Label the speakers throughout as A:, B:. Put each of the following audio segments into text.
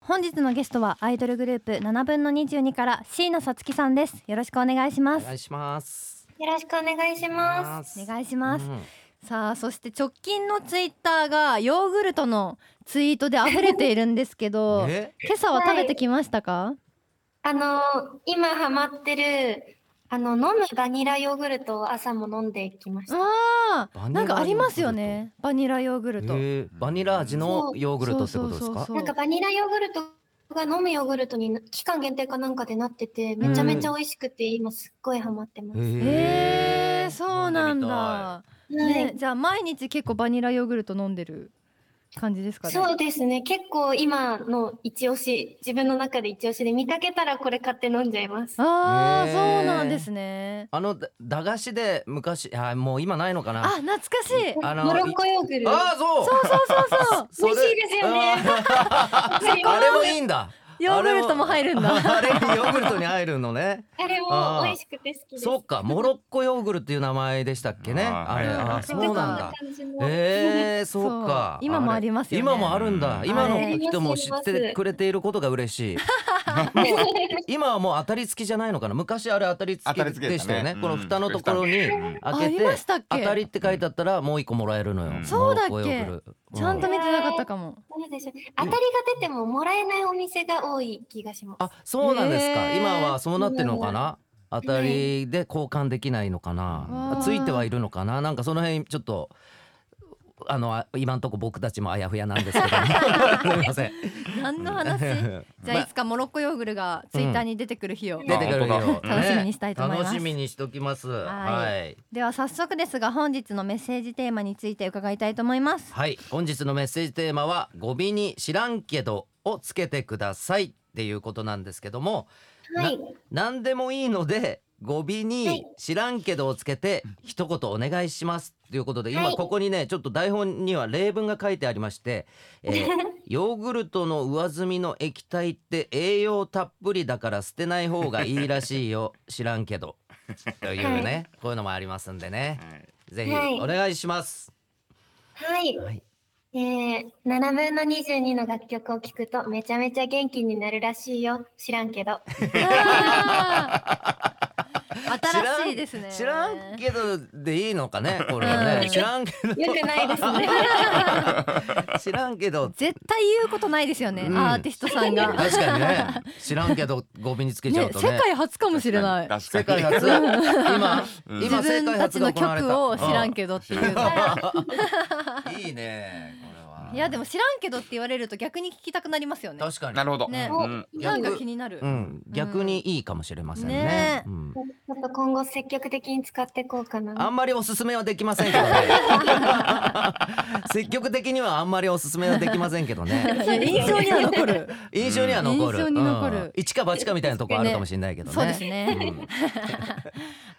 A: 本日のゲストはアイドルグループ7分の22から椎名さつきさんですよろしくお願いしま
B: お
A: す
B: 願いします。
C: よろしくお願いします。
A: お
B: いし
A: 願いします、
B: うん
A: さあそして直近のツイッターがヨーグルトのツイートで溢れているんですけ ど
B: え
A: 今朝は食べてきましたか、
C: あの今ハマってるあの飲むバニラヨーグルトを朝も飲んできました。
A: あ
B: バ
A: あ
B: ニラ
A: なんかありますよねバニラヨーグルト、
B: えーバニラ味のヨーグルトってことです
A: そうそう
B: か
A: そうそう
C: なんかバニラヨーグルトが飲むヨーグルトに期間限定かなんかでなっててめちゃめちゃ美味しくて今すっごいハマってます。
A: えー、そうなんだ、
B: 飲
C: は
A: ね
C: い、。
A: じゃあ毎日結構バニラヨーグルト飲んでる感じですかね
C: そうですね結構今の一押し自分の中で一押しで見かけたらこれ買って飲んじゃいます。
A: ああ、
B: へー
A: そうなんですね
B: あのだ駄菓子で昔あもう今ないのか
A: あ
B: な
A: 懐かしい
B: あの
C: モロッコヨーグルト
B: あーそう
A: そうそうそうそう
B: それ
C: 美味しいですよね
B: あ
C: あれ
B: ーあれもいいんだ
A: ヨーグルトも入るんだ
B: あれもあれヨーグルトに入るのね
C: あれも美味しくて好きです。
B: そうかモロッコヨーグルっていう名前でしたっけね
D: あー
B: あれ
D: はい
B: あーそうなんだ
C: ちょっとそんな感じの
B: えー、そうか
A: そう今もありますよね
B: 今もあるんだ
D: うん
B: 今
A: あ
B: の
A: り
C: ます
B: 人も知ってくれていることが嬉しい今はもう当たり付きじゃないのかな昔あれ当たり付
D: 当たり
B: き
D: 付き
B: で
D: で
B: し
D: したた
B: よ
D: ね
B: ねこの蓋のところに
D: うん
A: あ
B: 開け
A: り
B: て
A: ましたっ
B: 当
A: け
B: たりって書いてあったらもう一個もらえるのよ
D: うん
A: そうだっけ
B: モロッコヨーグル
A: ちゃんと見てなかったかも、
C: そうでしょ当たりが出てももらえないお店が多い気がします。
B: あそうなんですか、
A: へー
B: 今はそうなってるのかな当たりで交換できないのかな、
A: うん
B: ついてはいるのかななんかその辺ちょっとあのあ今んとこ僕たちもあやふやなんですけど すみません
A: 何の話じゃあいつかモロッコヨーグルがツイッターに出てくる日を、
B: 出てくる
D: まあ
B: よ
D: 本
A: 当だ楽しみにしたいと思います
B: 楽しみにしときます
A: は
B: はいい、
A: では早速ですが本日のメッセージテーマについて伺いたいと思い ます
B: はい、本日のメッセージテーマは「語尾に知らんけど」をつけてくださいっていうことなんですけども
C: はい。
B: 何でもいいので語尾
C: はい
B: に「知らんけど」をつけて一言お願いしますということで
C: は
B: 今
C: い
B: ここにねちょっと台本には例文が書いてありまして「 えーヨーグルトの上澄みの液体って栄養たっぷりだから捨てない方がいいらしいよ知らんけど」という
C: は
B: ねこういうのもありますんでね
D: はい
B: ぜひ
C: はい
B: お願いします。
C: はい。
B: はい
C: えー、7分の22の楽曲を聴くとめちゃめちゃ元気になるらしいよ。知らんけど。
A: あー
B: 知らん
A: 新しいですね
B: 知らんけどでいいのか ねこれは
A: う
B: ね
A: ん
B: 知らんけ ど
C: よくないですね。
B: 知らんけど
A: 絶対言うことないですよね、
B: うん
A: アーティストさんが
B: 確かにね知らんけど語尾につけちゃう
A: ね
B: と
A: 世
B: ね
A: 界初かもしれない
D: 確か
B: 界
D: に。
B: 初今
D: うん
A: 自
B: 今世
A: 分
B: 界
A: たち
B: 初
A: の
B: が行われ
A: 曲を知らん
B: た
A: けどっていうのが
B: いいねこれはい
A: やでも知らんけどって言われると逆に聞きたくなりますよね。
B: 確かに
D: なるほ ど。
A: ね
D: う
C: お
D: ん
A: なんか気になる。
B: うん逆にいいかもしれません
A: ね
B: ねうん
C: ちょっと今後積極的に使っていこうか
B: あ
C: な。
B: んまりおすすめはできませんけどね 積極的にはあんまりおすすめはできませんけどね
A: いや印象には残る。
B: 印象には残る
A: 印象に残る
B: うん一か八かみたいなとこあるかもしれないけど ね
A: そうです
B: う
A: ね。
B: ん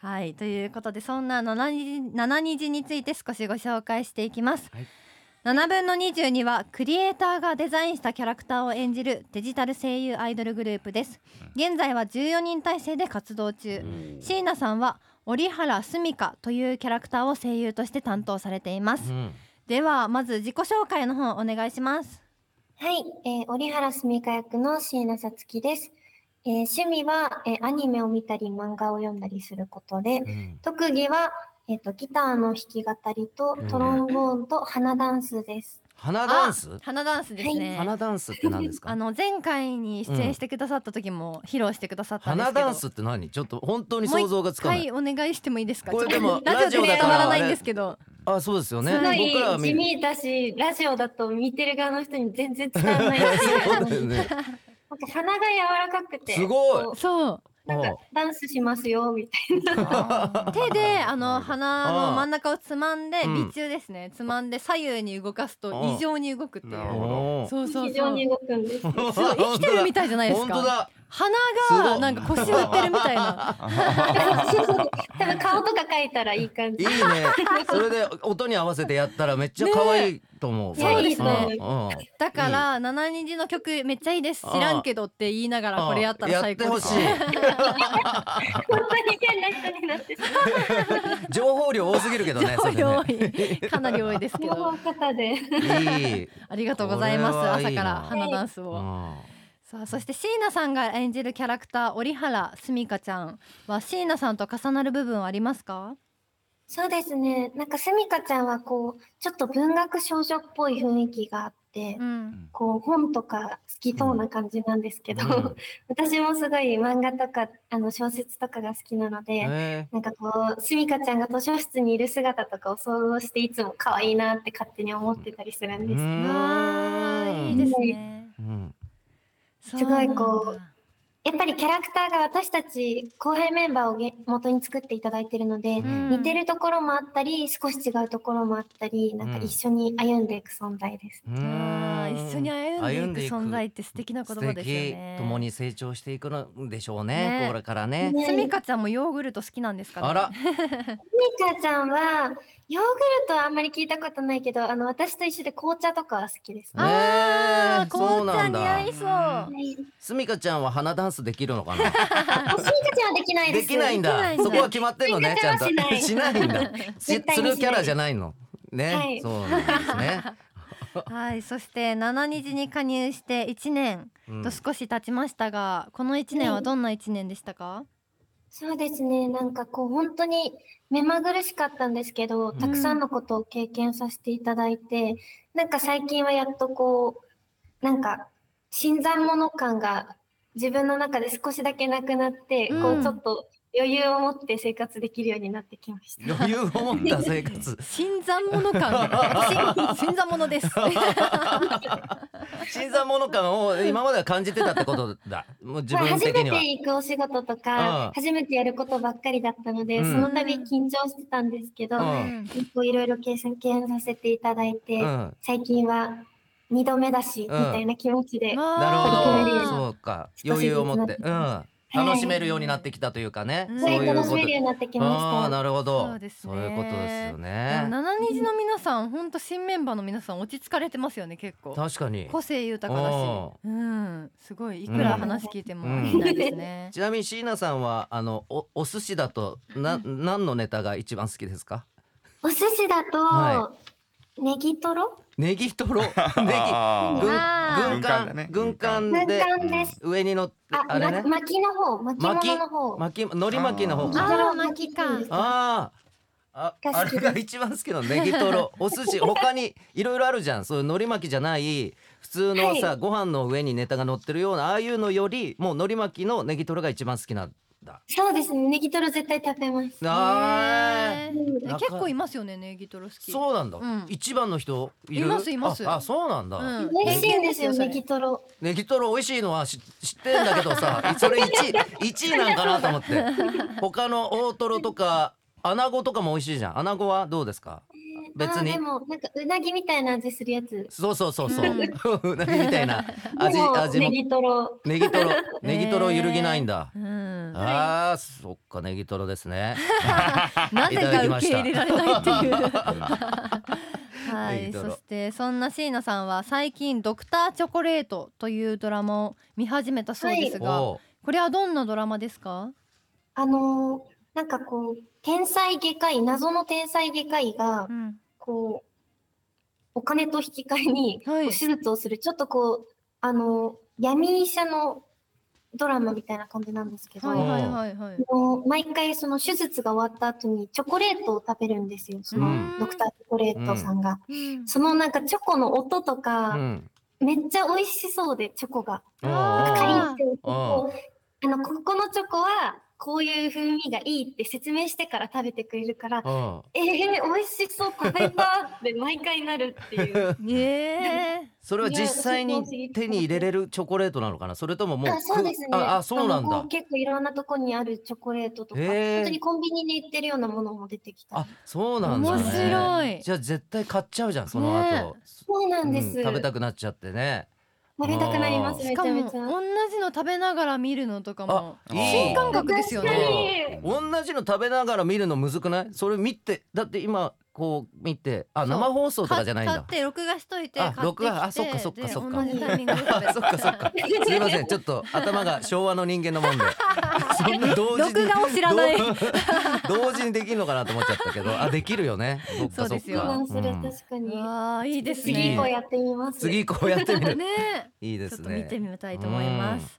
A: はいということでそんな七日七日について少しご紹介していきます。
B: はい
A: 7分の22はクリエイターがデザインしたキャラクターを演じるデジタル声優アイドルグループです現在は14人体制で活動中椎名さんは折原澄香というキャラクターを声優として担当されています
B: うん
A: ではまず自己紹介の方お願いします
C: はい。えー、折原澄香役の椎名さつきです。えー、趣味は、えーアニメを見たり漫画を読んだりすることで、
B: うん
C: 特技は、えっとギターの弾き語りと
B: うん
C: トロンボーンと花ダンスです。
B: 花ダンス
A: あ花ダンスですね、
B: 花ダンスって何です
A: あ
B: か
A: の前回に出演してくださった時も披露してくださったんです
B: 花
A: けど、
B: ダンスって何ちょっと本当に想像がつかない
A: もう一回お願いしてもいいですか
B: これ
A: ちょっと
B: でも
A: ラジオで
C: ラ
A: 伝
C: ジオだから
A: わらないんですけど
B: あそうですよね
A: すごい
B: 僕らは
C: 地
B: 見
C: 味だし、ラジオだと見てる側の人に全然伝わらないし、
B: そうだよね
C: なんか鼻が柔らかくて、
B: すごい
C: こ
A: そう
C: うなんかダンスしますよみたいな。
A: 手 であの
D: うん
A: 鼻の真ん中をつまんで
B: うん
A: 鼻中ですねつまんで左右に動かす
B: う
A: と
B: ん
A: 異常に動くってい
D: なる
A: う
D: ほ
B: おー
A: そうそう
C: 非
A: そ
C: 常
A: う
C: に動くんです。
A: すごい生きてるみたいじゃないです
B: 本当
A: か
B: だ
A: 鼻
B: す
A: が
B: ごい
A: なんか腰を打ってるみたいな
C: 多分顔とか描いたらいい感
B: い
C: じ
B: い。ねそれで音に合わせてやったらめっちゃ可愛い と思う
C: ねそうですね
B: うんうん
A: だから七人の曲めっちゃいいです
B: あ
A: 知らんけどって言いながらこれやったら
B: や
A: 最
B: って
A: 高
B: ほ
A: です
B: しい
C: 本当に変な人になってしま
B: 情報量多すぎるけどねそ れね
A: 多いかなり多いですけ
C: う。両
A: ど
C: 方肩で。
B: いい
A: ありがとうございます
B: これはいい
A: 朝か
B: な
A: ら花ダンスを
B: うん
A: さあそして椎名さんが演じるキャラクター折原すみかちゃんは椎名さんと重なる部分はありますか
C: そうですね。なんか、すみかちゃんはこう、ちょっと文学少女っぽい雰囲気があって、
A: うん
C: こう、本とか好きそうな感じなんですけど、
B: うん
C: 私もすごい漫画とか、あの、小説とかが好きなので、
B: え
C: なんかこう、すみかちゃんが図書室にいる姿とかを想像して、いつも可愛いなって勝手に思ってたりするん
B: ー
C: です。
A: うわーいいですね
B: うん
A: そうなんだ
C: すごいこうやっぱりキャラクターが私たち後輩メンバーをげ元に作っていただいてるので、
A: うん
C: 似てるところもあったり、少し違うところもあったり、なんか一緒に歩んでいく存在です。
B: う
A: あ
B: ーん
A: ー一緒に歩んでいく存在って素敵な言葉ですよ
B: 素
A: ね
B: 敵共に成長していくのでしょうね
A: ね
B: これからね
C: ね
A: すみかちゃんもヨーグルト好きなんですかね
B: あら
C: ミカちゃんは、ヨーグルトはあんまり聞いたことないけど、あの、私と一緒で紅茶とかは好きです。
A: あー
B: ね
A: 紅茶似合
B: だ
A: いそう
C: は
A: あ
C: い。
B: すみかちゃんは花ダンスできるのかな
C: あ、ミカちゃんはできないで。
B: ですきないんだ
A: できないんだ
B: そこは決まってんのねちゃんと
C: スミカちゃんは
B: し
C: し
B: ないんだし
C: 絶対
B: す
C: にしない
B: るキャラじゃないのね、
C: はい
B: そうなんですね、
A: はいそして7日に加入して1年
B: うん
A: と少し経ちましたが、この1年はどんな1年でしたか、
C: そうですね。なんかこう、本当に目まぐるしかったんですけど、
B: ん
C: たくさんのことを経験させていただいて、なんか最近はやっとこう、なんか、新参者感が自分の中で少しだけなくなって、こ
A: うん
C: う、ちょっと余裕を持って生活できるようになってきました。
B: 余裕を持った生活
A: 新参者感 私新参者です
B: 新参者感を今までは感じてたってことだもう自
C: まあ
B: 分
C: 初め
B: 的には
C: て行くお仕事と
B: うん
C: か、初めてやることばっかりだったので、
B: うん
C: その度緊張してたんですけど、
B: う
A: うんん
C: 結構いろいろ経験させていただいて、
B: うん
C: 最近は2度目だし、
B: うん
C: みたいな気持ちで、
B: なる
C: 取り組め
B: ほ
C: るよ
B: ど
C: うに
B: そうか余裕を持って、うん、
C: い
B: 楽しめるようになってきたというかね、
A: うん
B: そう
C: はい
B: いう
C: 楽し
B: こ
C: めるようになってき
B: とああ
C: まし
B: なるほど
A: そうですね
B: いうことですよね
A: 七日の皆さん本当新メンバーの皆さん落ち着かれてますよね結構
B: 確かに
A: 個性豊かだし
B: お
A: うんすごいいくら話聞いても
B: うん
A: 飽きないですね、
B: ちなみに椎名さんはあのおお寿司だとな何のネタが一番好きです か
C: た。お寿司だと、
B: は
C: ネギトロ
B: ネギトロネギ
D: あ
B: 軍
D: ー
A: あー
B: 軍艦軍
D: 軍
B: 艦
D: 艦
C: だね
B: で
C: 軍艦です
B: 上に乗って
C: あ
B: あれ
C: ま
B: ね
C: 巻きの方、巻き物の方。
B: 巻き海苔巻きの方
C: ネギ
B: か
C: トロ
A: あー巻きか
B: あーああれが一番好きなのネギ トロお寿司他にいろいろあるじゃんそういう海苔巻きじゃない普通のさ、
C: は
B: ご飯の上にネタが乗ってるようなああいうのよりもう海苔巻きのネギトロが一番好きなんだ。
C: そうですね、ネギトロ絶対食べます。
B: あー
A: へ
C: うん
A: ー結構いますよねネギトロ好き
B: そうなんだ、
A: うん
B: 一番の人いる
A: いますいます
B: ああそうなんだ、
A: うん
C: 美味しいんですよ、
A: それ
C: ネギトロ。
B: ネギトロ美味しいのはし知ってんだけどさ それ1位1位なんかなと思って他の大トロとか穴子とかも美味しいじゃん穴子はどうですか別
C: あー
B: に
C: でも、なんか、うなぎみたいな味するやつ。
B: そうそうそうそう、
A: う
B: う なぎみたいな味
C: でも
B: 味
C: ネ
B: も
C: ギトロ。
B: ネギトロネギトロ揺るぎないんだ、
A: うん
B: あーそっかネギトロですね
A: なぜか受け入れられないっていう。は
B: ネギ
A: い、
B: トロ
A: そしてそんな椎名さんは最近「ドクターチョコレート」というドラマを見始めたそうですが、
B: おう
A: これはどんなドラマですか？
C: あのーなんかこう、天才外科医、謎の天才外科医が
A: う、ん、
C: こう、お金と引き換えに、こ
A: は
C: う
A: い
C: 手術をする、ちょっとこう、あのー闇医者のドラマみたいな感じなんですけど、
A: はいはいはいはい。
C: あのー毎回その手術が終わった後にチョコレートを食べるんですよ、その
B: ん
C: ドクターチョコレートさんが。
A: うん
C: そのなんかチョコの音と
B: う
C: か、
B: ん
C: めっちゃ美味しそうで、チョコが。
B: おう
A: あ
C: カリ
A: ー
C: ッてこうあのここのチョコはこういう風味がいいって説明してから食べてくれるから
B: おうおう
C: えー、美味しそう 食べたって毎回なるっていう
A: え
B: それは実際に手に入れれるチョコレートなのかなそれとももう
C: あそうですね
B: くああそうなん
C: あの
B: だ
C: こ結構いろんなとこにあるチョコレートとか、
B: へー
C: 本当にコンビニに売ってるようなものも出てきた
B: あそう
A: ー、
B: なんだ、
A: 面
B: ね、
A: 白い。
B: じゃあ絶対買っちゃうじゃんその後、
C: そうなんです、
B: うん食べたくなっちゃってね
C: 食べたくなりま
B: あ
C: す
B: ー
C: め
A: し
C: ちゃ
A: か
C: め
A: も
C: ちゃ
A: 同じの食べながら見るのとかも
B: あいい
A: 新感覚ですよ
C: 確
A: ね。
C: かに
B: 同じの食べながら見るのむずくないそれ見てだって今こう見てあ
A: そう
B: 生放送とかじゃないん
A: 買
B: だ
A: っ。て録画しといて買
B: あ
A: ってきて
B: 録画あそっかそっか
A: で
B: そっか
A: 同じタイミングで食べる
B: あ そっかそっか。すいま せんちょっと頭が昭和の人間のもんでそんな同時に
A: 録画を知らない
B: 同時にできるのかなと思っちゃったけどあできるよね。そっかそ
A: そ
B: っ
A: う
B: か。
A: ですよ
C: 録画する
B: うん
C: 確か
A: う
C: に。
A: わーいいです
C: 次以
A: ね
C: 降やってみます。
B: 次こうやってみる。
A: ね
B: いいで
A: ちょっ
B: す
A: と見
B: ね
A: て。みたいと思います